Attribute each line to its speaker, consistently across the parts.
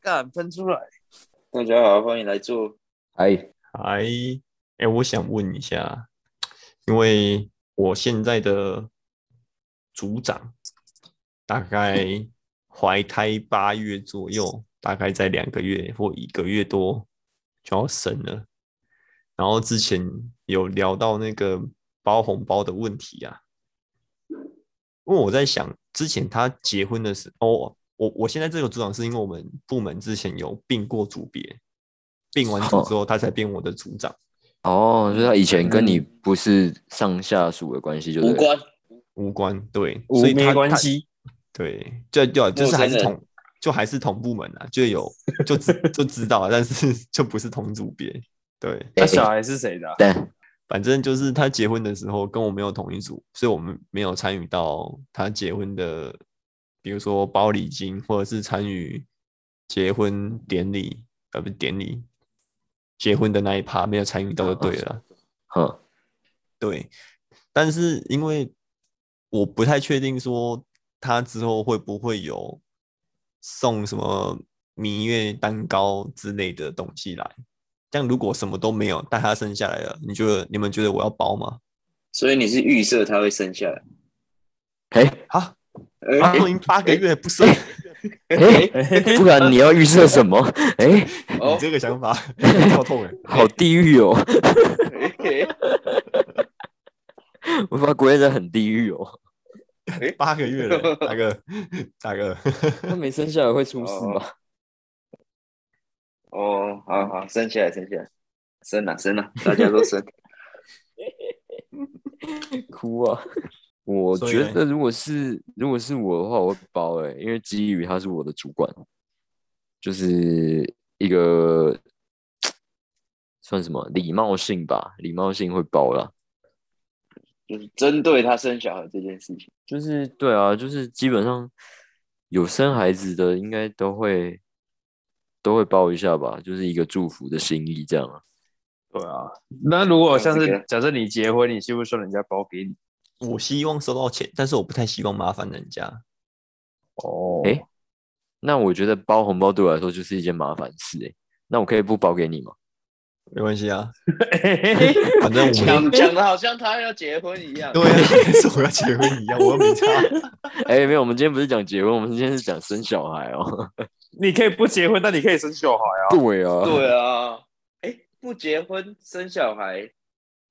Speaker 1: 干喷出来。
Speaker 2: 大家好，欢迎来做。
Speaker 3: 哎，
Speaker 4: 哎，哎，我想问一下，因为我现在的组长大概怀胎八月左右，大概在两个月或一个月多就要生了。然后之前有聊到那个包红包的问题啊，因为我在想，之前他结婚的时候，哦，我我现在这个组长是因为我们部门之前有并过组别，并完组之后他才变我的组长，
Speaker 3: 哦，所以他以前跟你不是上下属的关系，就
Speaker 2: 无
Speaker 3: 是
Speaker 2: 关，
Speaker 4: 无关对，
Speaker 1: 无
Speaker 4: 所以他
Speaker 1: 没关，
Speaker 4: 他
Speaker 1: 系，
Speaker 4: 对，就就就
Speaker 2: 陌
Speaker 4: 是
Speaker 2: 生
Speaker 4: 还是
Speaker 2: 人
Speaker 4: 同就还是同部门啊，就有 就知就知道啊，但是就不是同组别，对，
Speaker 1: 那小孩是谁的 啊？
Speaker 3: 哎但
Speaker 4: 反正就是他结婚的时候跟我没有同一组，所以我们没有参与到他结婚的，比如说包礼金，或者是参与结婚典礼，呃，不是典礼，结婚的那一趴没有参与到就对
Speaker 1: 哦
Speaker 4: 了啦。
Speaker 3: 哼，
Speaker 4: 对，但是因为我不太确定说他之后会不会有送什么蜜月蛋糕之类的东西来。但如果什么都没有，但他生下来了，你觉得你们觉得我要包吗？
Speaker 2: 所以你是预设他会生下来。
Speaker 3: 哎
Speaker 4: 啊，
Speaker 2: 哎、
Speaker 4: 他都已经八个月不生，
Speaker 3: 哎，不然你要预设什么？哎，
Speaker 2: 哦
Speaker 4: 你，这个 想法跳痛哎，
Speaker 3: 好地狱哦！
Speaker 2: 哎
Speaker 3: 我把国人很地狱哦，
Speaker 4: 八个月 了，大哥，大哥，
Speaker 3: 他没生下来会出事吧？
Speaker 2: 哦，好好，生下来，生下来，生了、生了、啊大家都 生。
Speaker 3: 哭啊！ 我
Speaker 4: 所以
Speaker 3: 觉
Speaker 4: 嘞
Speaker 3: 得如果是如果是我的话，我会包哎、因为基于他是我的主管，就是一个算什么礼貌性吧，礼貌性会包啦。
Speaker 2: 就是针对他生小孩这件事情，
Speaker 3: 就是对啊，就是基本上有生孩子的应该都会都会包一下吧，就是一个祝福的心意这样啊。
Speaker 1: 对啊，那如果像
Speaker 2: 像这
Speaker 1: 是
Speaker 2: 个
Speaker 1: 假设你结婚，你希不希望人家包给你？
Speaker 4: 我希望收到钱，但是我不太希望麻烦人家。
Speaker 1: 哦
Speaker 3: 诶那我觉得包红包对我来说就是一件麻烦事哎、那我可以不包给你吗？
Speaker 4: 没关系啊，反正我们
Speaker 2: 讲讲的好像他要结婚一样。
Speaker 4: 对啊，跟我要结婚一样，我又没差。
Speaker 3: 哎、没有，我们今天不是讲结婚，我们今天是讲生小孩哦。
Speaker 1: 你可以不结婚，但你可以生小孩啊。
Speaker 3: 对啊，
Speaker 2: 对啊，哎、不结婚生小孩，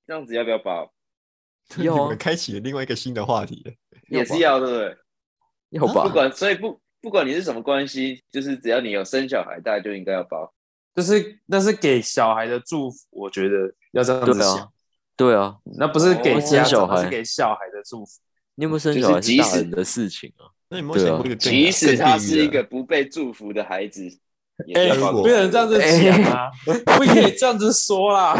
Speaker 2: 这样子要不要包？
Speaker 3: 要啊
Speaker 4: 你们开启了另外一个新的话题了，
Speaker 2: 也是要，对不对？
Speaker 3: 要吧？
Speaker 2: 不管，所以不不管你是什么关系，就是只要你有生小孩，大家就应该要包。
Speaker 1: 就是那是给小孩的祝福，我觉得要这样子
Speaker 3: 对
Speaker 1: 想，
Speaker 3: 啊，对啊，
Speaker 1: 那不是给
Speaker 2: 哦
Speaker 1: 家
Speaker 3: 生小
Speaker 1: 长，
Speaker 3: 孩
Speaker 1: 是给小孩的祝福。
Speaker 3: 你有没有生
Speaker 2: 就
Speaker 3: 小
Speaker 2: 是
Speaker 3: 孩是
Speaker 2: 即
Speaker 3: 大
Speaker 2: 使
Speaker 3: 人的事情啊？
Speaker 4: 那你有没有想过一个更
Speaker 2: 即使他是一，
Speaker 4: 更地狱啊
Speaker 2: 个不被祝福的孩子，
Speaker 1: 啊
Speaker 2: 也
Speaker 1: 哎、
Speaker 2: 是要
Speaker 4: 如
Speaker 2: 包
Speaker 4: 果
Speaker 1: 不能这样子讲啊， 不可以这样子说啦。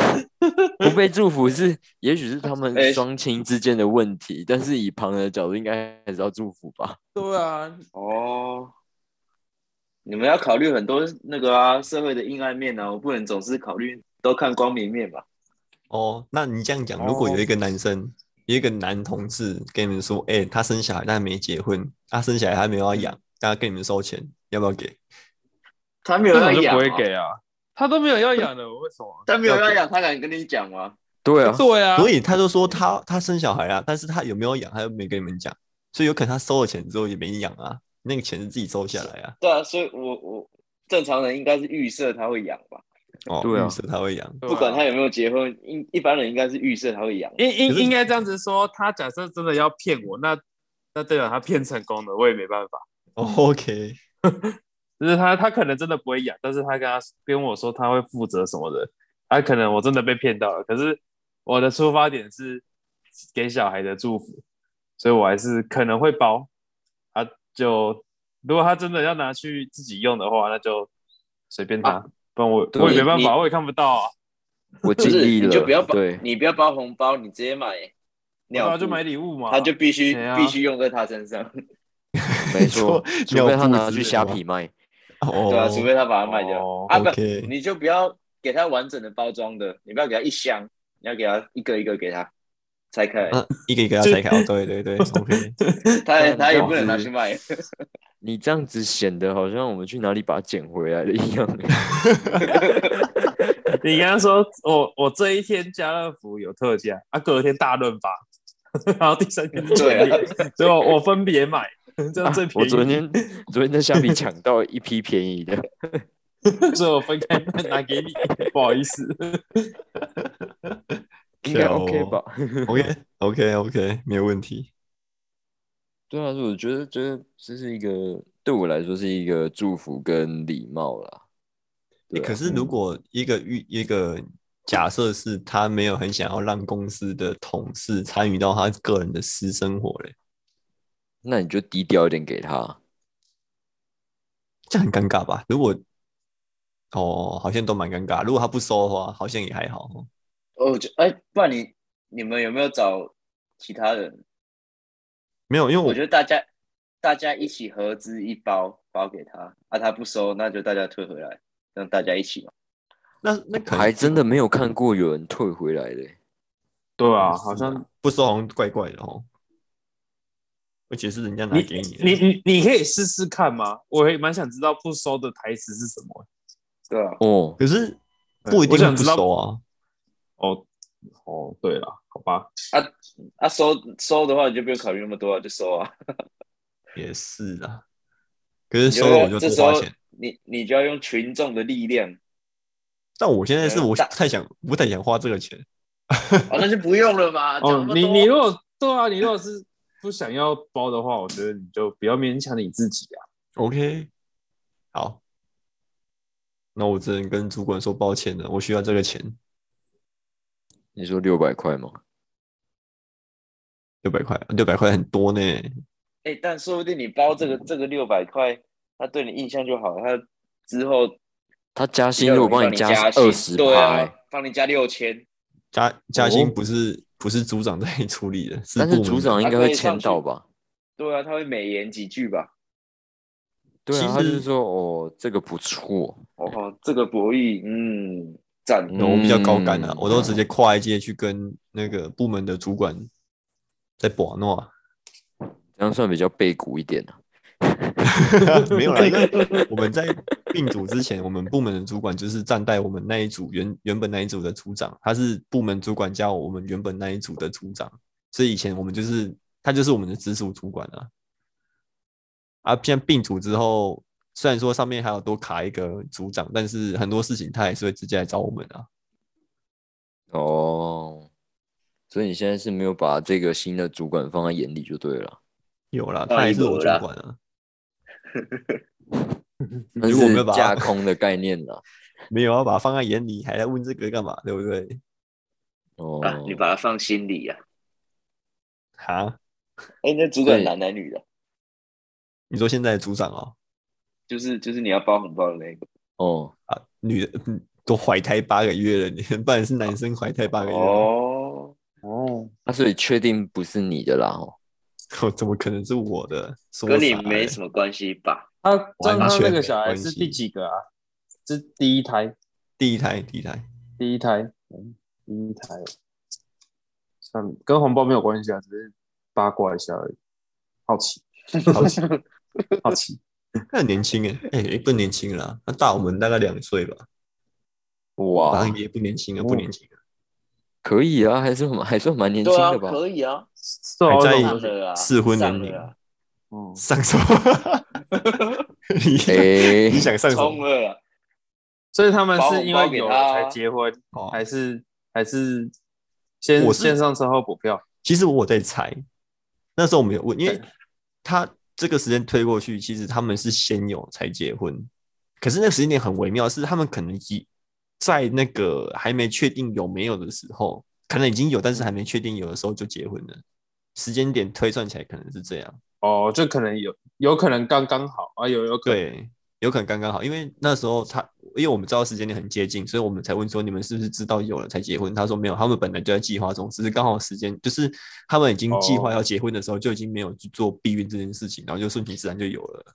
Speaker 3: 不被祝福是，也许是他
Speaker 2: 哎
Speaker 3: 们双亲之间的问题，但是以旁人的角度，应该还是要祝福吧？
Speaker 1: 对啊，
Speaker 2: 哦。你们要考虑很多那个啊社会的阴暗面啊，我不能总是考虑都看光明面吧。
Speaker 4: 哦，那你这样讲，如果有一个男生，有一个男同志跟你们说，哎、他生小孩但没结婚，他生小孩还没有要养，他跟你们收钱，要不要给？
Speaker 2: 他没有
Speaker 1: 这
Speaker 2: 要
Speaker 1: 种就
Speaker 2: 养、
Speaker 1: 不
Speaker 2: 啊，
Speaker 1: 会 给啊，他都没有要养的，我为什么？
Speaker 2: 他没有要养，他敢跟你讲吗？
Speaker 3: 对啊，
Speaker 1: 对啊，
Speaker 4: 所以他就说他他生小孩啊，但是他有没有养，他又没跟你们讲，所以有可能他收了钱之后也没养啊，那个钱是自己收下来啊。
Speaker 2: 对啊，所以我我正常人应该是预设他会养吧，
Speaker 4: 哦，
Speaker 3: 对啊
Speaker 4: 预设他会养，
Speaker 1: 对啊
Speaker 2: 不管他有没有结婚，一一般人应该是预设他会养。
Speaker 1: 应
Speaker 4: 可
Speaker 1: 应
Speaker 4: 是
Speaker 1: 应该这样子说，他假设真的要骗我，那那代表他骗成功了，我也没办法。
Speaker 4: 哦 OK，
Speaker 1: 就是他他可能真的不会养，但是他跟他跟我说他会负责什么的，他可能我真的被骗到了。可是我的出发点是给小孩的祝福，所以我还是可能会包。啊，就如果他真的要拿去自己用的话，那就随便他，不然我
Speaker 3: 对
Speaker 1: 我也没办法，
Speaker 2: 啊你
Speaker 1: 我也看不到啊，
Speaker 3: 我
Speaker 2: 就
Speaker 3: 尽
Speaker 2: 是
Speaker 3: 力
Speaker 2: 你
Speaker 3: 了，
Speaker 2: 就不要包
Speaker 3: 对，，
Speaker 2: 你不要包红包，你直接买
Speaker 1: 然
Speaker 2: 尿
Speaker 1: 后
Speaker 2: 布，
Speaker 1: 啊就买礼物嘛。
Speaker 2: 他就必须
Speaker 1: 对啊
Speaker 2: 必须用在他身上，
Speaker 3: 没 错，
Speaker 4: 你说
Speaker 3: 除非
Speaker 4: 尿
Speaker 3: 他
Speaker 4: 布
Speaker 3: 拿
Speaker 4: 之
Speaker 3: 去
Speaker 4: 类的
Speaker 3: 虾
Speaker 4: 吗
Speaker 3: 皮卖，
Speaker 4: 哦，
Speaker 2: 对啊，除非他把它卖掉。
Speaker 1: 哦
Speaker 2: 啊不，
Speaker 4: OK
Speaker 2: 你就不要给他完整的包装的，你不要给他一箱，你要给他一个一个给他。拆开，
Speaker 4: 啊，一个一个要拆开，哦对对对，OK，
Speaker 2: 他也他也不
Speaker 3: 这样
Speaker 2: 能拿
Speaker 3: 子
Speaker 2: 去卖。
Speaker 3: 你这样子显得好像我们去哪里把它捡回来的一样。啊
Speaker 1: 你刚刚说我我这一天家乐福有特价，啊，隔天大润发， 然后第三天
Speaker 2: 对啊
Speaker 1: 便宜，所以我我分别买， 这样最便宜。
Speaker 3: 啊我昨天昨天在虾皮抢到一批便宜的，
Speaker 1: 所以我分开卖拿给你， 不好意思。
Speaker 3: 应
Speaker 4: 对
Speaker 3: 该
Speaker 4: 哦
Speaker 3: OK 吧？
Speaker 4: OK OK OK，没有问题。
Speaker 3: 对啊，我觉得觉得这是一个对我来说是一个祝福跟礼貌啦。
Speaker 4: 欸
Speaker 3: 对啊
Speaker 4: 可是如果一个预一个假设是他没有很想要让公司的同事参与到他个人的私生活嘞，
Speaker 3: 那你就低调一点给他，
Speaker 4: 这样很尴尬吧？如果哦，好像都蛮尴尬。如果他不收的话，好像也还好哦。
Speaker 2: 哦我觉哎，不然你你们有没有找其他人？
Speaker 4: 没有，因为
Speaker 2: 我
Speaker 4: 我
Speaker 2: 觉得大家大家一起合资一包包给他，啊，他不收，那就大家退回来，让大家一起嘛。
Speaker 4: 那那可能
Speaker 3: 还真的没有看过有人退回来的欸、
Speaker 1: 对
Speaker 4: 是
Speaker 1: 啊，好像
Speaker 4: 不收好像怪怪的哦。而且是人家拿
Speaker 1: 你
Speaker 4: 给你的，
Speaker 1: 你你你可以试试看吗？我也蛮想知道不收的台词是什么。
Speaker 2: 对啊，
Speaker 3: 哦，
Speaker 4: 可是
Speaker 1: 对
Speaker 4: 不一定
Speaker 1: 我想
Speaker 4: 会不
Speaker 1: 知道
Speaker 4: 收啊。
Speaker 1: 哦哦，对了，好吧，
Speaker 2: 啊收收的话你就不用考虑那么多啊，就收啊。
Speaker 4: 也是啊，可是收
Speaker 2: 因为
Speaker 4: 了我就
Speaker 2: 这
Speaker 4: 多
Speaker 2: 时
Speaker 4: 花
Speaker 2: 候
Speaker 4: 钱。
Speaker 2: 你你就要用群众的力量，
Speaker 4: 但我现在是
Speaker 3: 嗯
Speaker 2: 呃
Speaker 4: 我
Speaker 2: 大
Speaker 4: 太想不太想花这个钱，
Speaker 2: 哦，那就不用了嘛。讲那
Speaker 1: 哦
Speaker 2: 么，
Speaker 1: 你
Speaker 2: 多
Speaker 1: 你如果对啊，你如果是不想要包的话，我觉得你就不要勉强你自己啊。
Speaker 4: OK，好，那我只能跟主管说抱歉了，我需要这个钱
Speaker 3: 你说六百块吗？
Speaker 4: 六百块，六百块很多呢。
Speaker 2: 哎、但说不定你包这个这个六百块，他对你印象就好，他之后
Speaker 3: 他加
Speaker 2: 比
Speaker 3: 薪
Speaker 2: 较
Speaker 3: 如
Speaker 2: 容易
Speaker 3: 果帮
Speaker 2: 帮
Speaker 3: 你
Speaker 2: 加
Speaker 3: 加
Speaker 2: 薪
Speaker 3: 二十
Speaker 2: 对
Speaker 3: 趴
Speaker 1: 欸
Speaker 2: 啊，，帮你加六千，
Speaker 4: 加加薪
Speaker 1: 哦
Speaker 4: 不是、不是组长在 处理的，是
Speaker 3: 但是
Speaker 4: 部门
Speaker 3: 组长
Speaker 4: 的
Speaker 3: 应该
Speaker 2: 他可
Speaker 3: 会
Speaker 2: 以上
Speaker 3: 签到
Speaker 2: 去
Speaker 3: 吧？
Speaker 2: 对啊，他会美言几句吧。
Speaker 3: 对
Speaker 4: 其
Speaker 3: 啊，他就
Speaker 4: 实
Speaker 3: 说哦，这个不错，
Speaker 2: 哦，这个博弈，嗯，赞，
Speaker 3: 嗯
Speaker 4: 对我比较高干啊，
Speaker 3: 嗯
Speaker 4: 我都直接跨一阶去跟那个部门的主管在啊把诺，
Speaker 3: 这样算比较背骨一点啊。
Speaker 4: 没有啦，因为我们在并组之前，我们部门的主管就是站在我们那一组原原本那一组的组长，他是部门主管加我们原本那一组的组长，所以以前我们就是他就是我们的直属主管啊。啊，现在并组之后，虽然说上面还有多卡一个组长，但是很多事情他还是会直接来找我们啊。
Speaker 3: 哦，所以你现在是没有把这个新的主管放在眼里就对了。
Speaker 4: 有啦，
Speaker 2: 当
Speaker 4: 他
Speaker 2: 然
Speaker 4: 还是我
Speaker 2: 有
Speaker 4: 主
Speaker 2: 啦
Speaker 4: 管啊，
Speaker 3: 但
Speaker 4: 如果
Speaker 3: 是
Speaker 4: 没有把它
Speaker 3: 架空的概念啦。
Speaker 4: 没有要把他放在眼里，还来问这个干嘛？对不对？
Speaker 3: 哦，
Speaker 2: 啊，你把它放心里啊。
Speaker 4: 哈，
Speaker 2: 哎、那主管
Speaker 3: 对
Speaker 2: 男男女的，
Speaker 4: 你说现在的组长哦，
Speaker 2: 就是就是你要包红包的那个。
Speaker 3: 哦，
Speaker 4: 啊，女 的嗯都怀胎八个月了，你不然是男生怀胎八个月吗，
Speaker 2: 哦，
Speaker 1: 哦，
Speaker 3: 那、啊所以确定不是你的啦哦。
Speaker 4: 哦，怎么可能是我的？啊
Speaker 2: 跟你没
Speaker 4: 么
Speaker 2: 什么关系吧？
Speaker 1: 他这样
Speaker 4: 完
Speaker 1: 他啊
Speaker 4: 全
Speaker 1: 那
Speaker 4: 没
Speaker 1: 个小孩
Speaker 4: 关
Speaker 1: 是
Speaker 4: 系
Speaker 1: 第几个啊？是第一胎，
Speaker 4: 第一胎，第一胎，
Speaker 1: 第一胎，嗯，第一胎，算跟红包没有关系啊，只是八卦一下而已，好奇，
Speaker 4: 好奇，
Speaker 1: 好奇。
Speaker 4: 那很年轻哎，哎、也不年轻了啦，他大我们大概两岁吧，
Speaker 3: 哇
Speaker 4: 然，后也不年轻了，啊不年轻了，
Speaker 3: 可以啊，还是蛮还算蛮年轻
Speaker 2: 对啊，
Speaker 3: 的吧？
Speaker 2: 可以啊，
Speaker 1: 对啊
Speaker 4: 还
Speaker 1: 我
Speaker 4: 在
Speaker 1: 懂
Speaker 2: 上了啊，
Speaker 4: 适婚
Speaker 2: 上
Speaker 4: 年龄
Speaker 2: 了啊，
Speaker 1: 嗯，
Speaker 4: 上 手，你、
Speaker 3: 哎、
Speaker 4: 你想上什
Speaker 2: 哦冲
Speaker 4: 么？
Speaker 2: 了啊，
Speaker 1: 所以他们
Speaker 2: 包
Speaker 1: 是
Speaker 2: 红
Speaker 1: 因
Speaker 2: 包
Speaker 1: 为
Speaker 2: 给
Speaker 1: 有
Speaker 2: 他
Speaker 1: 了
Speaker 2: 啊
Speaker 1: 才结婚，
Speaker 4: 哦，
Speaker 1: 还是还是先
Speaker 4: 我是
Speaker 1: 线上售后补票？
Speaker 4: 其实我有在猜，那时候我们有问，因为
Speaker 1: 对
Speaker 4: 他这个时间推过去，其实他们是先有才结婚，可是那个时间点很微妙，是他们可能已在那个还没确定有没有的时候，可能已经有，但是还没确定有的时候就结婚了。时间点推算起来可能是这样，
Speaker 1: 哦，就可能有有可能刚刚好啊，有有可能
Speaker 4: 对，有可能刚刚好，因为那时候他，因为我们知道时间点很接近，所以我们才问说你们是不是知道有了才结婚？他说没有，他们本来就在计划中，只是刚好时间就是他们已经计划
Speaker 1: 哦
Speaker 4: 要结婚的时候就已经没有去做避孕这件事情，然后就顺其自然就有了。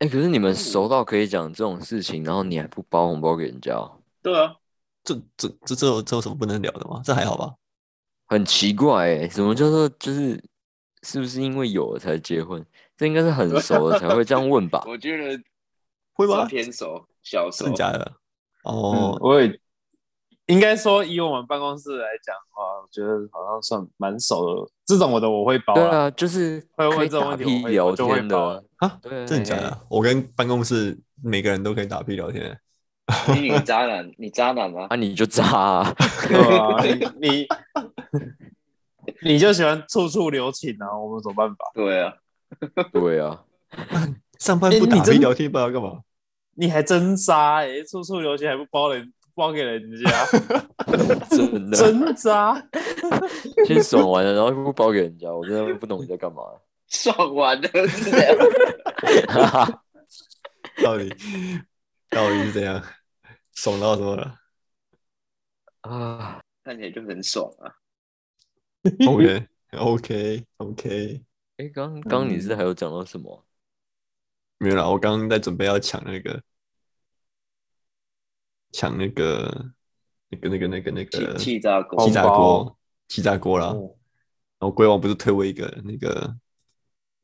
Speaker 3: 哎、可是你们熟到可以讲这种事情，然后你还不包红包给人家哦、
Speaker 2: 对啊，？
Speaker 4: 这这这这有这有什么不能聊的吗？这还好吧？
Speaker 3: 很奇怪哎、什么叫做就是是不是因为有了才结婚？这应该是很熟了才会这样问吧
Speaker 2: 我觉得
Speaker 4: 会
Speaker 2: 是
Speaker 4: 吗？
Speaker 2: 偏熟，小啊熟
Speaker 4: 真的。假的？
Speaker 1: 哦，
Speaker 4: 哦，
Speaker 1: 我也应该说，以我们办公室来讲的话，我觉得好像算蛮熟的。这种我的我会包
Speaker 3: 对
Speaker 1: 啦，
Speaker 3: 啊，就是
Speaker 1: 会问
Speaker 3: 可以
Speaker 1: 这种
Speaker 3: 打
Speaker 1: 问题
Speaker 3: 屁
Speaker 1: 我会
Speaker 3: 聊
Speaker 1: 我就会
Speaker 3: 天
Speaker 1: 包啊
Speaker 3: 的
Speaker 4: 啊
Speaker 3: 对，
Speaker 4: 真的假
Speaker 1: 哎
Speaker 4: 的？我跟办公室每个人都可以打屁聊天，
Speaker 2: 你你渣男， 你渣男吗？
Speaker 3: 啊，你就渣、 啊，
Speaker 1: 对啊，你你你就喜欢处处留情啊，我们有什么办法？
Speaker 2: 对啊，
Speaker 3: 对啊，
Speaker 4: 上班
Speaker 1: 哎
Speaker 4: 不
Speaker 1: 你
Speaker 4: 打
Speaker 1: 真
Speaker 4: 屁聊天不知道干嘛。
Speaker 1: 你还真渣哎、处处留情还不包人，包给人家，
Speaker 3: 真的，
Speaker 1: 真 渣。
Speaker 3: 先爽完了，然后又不包给人家，我真的不懂你在 干嘛。
Speaker 2: 爽完了是这样。
Speaker 3: 哈哈，
Speaker 4: 到底到底是怎样？ 爽到什么了
Speaker 3: 啊，
Speaker 2: 看起来就很爽啊。
Speaker 4: ？OK OK OK，
Speaker 3: 哎、刚刚你
Speaker 4: 嗯
Speaker 3: 是还有讲到什么？
Speaker 4: 没有啦，我刚刚在准备要抢那个，抢那个那个那个那个那
Speaker 2: 气
Speaker 4: 个
Speaker 2: 气炸锅，
Speaker 4: 气炸
Speaker 1: 红
Speaker 4: 锅
Speaker 1: 包，
Speaker 4: 气炸锅啦。然
Speaker 1: 嗯
Speaker 4: 后龟王不是推我一个那个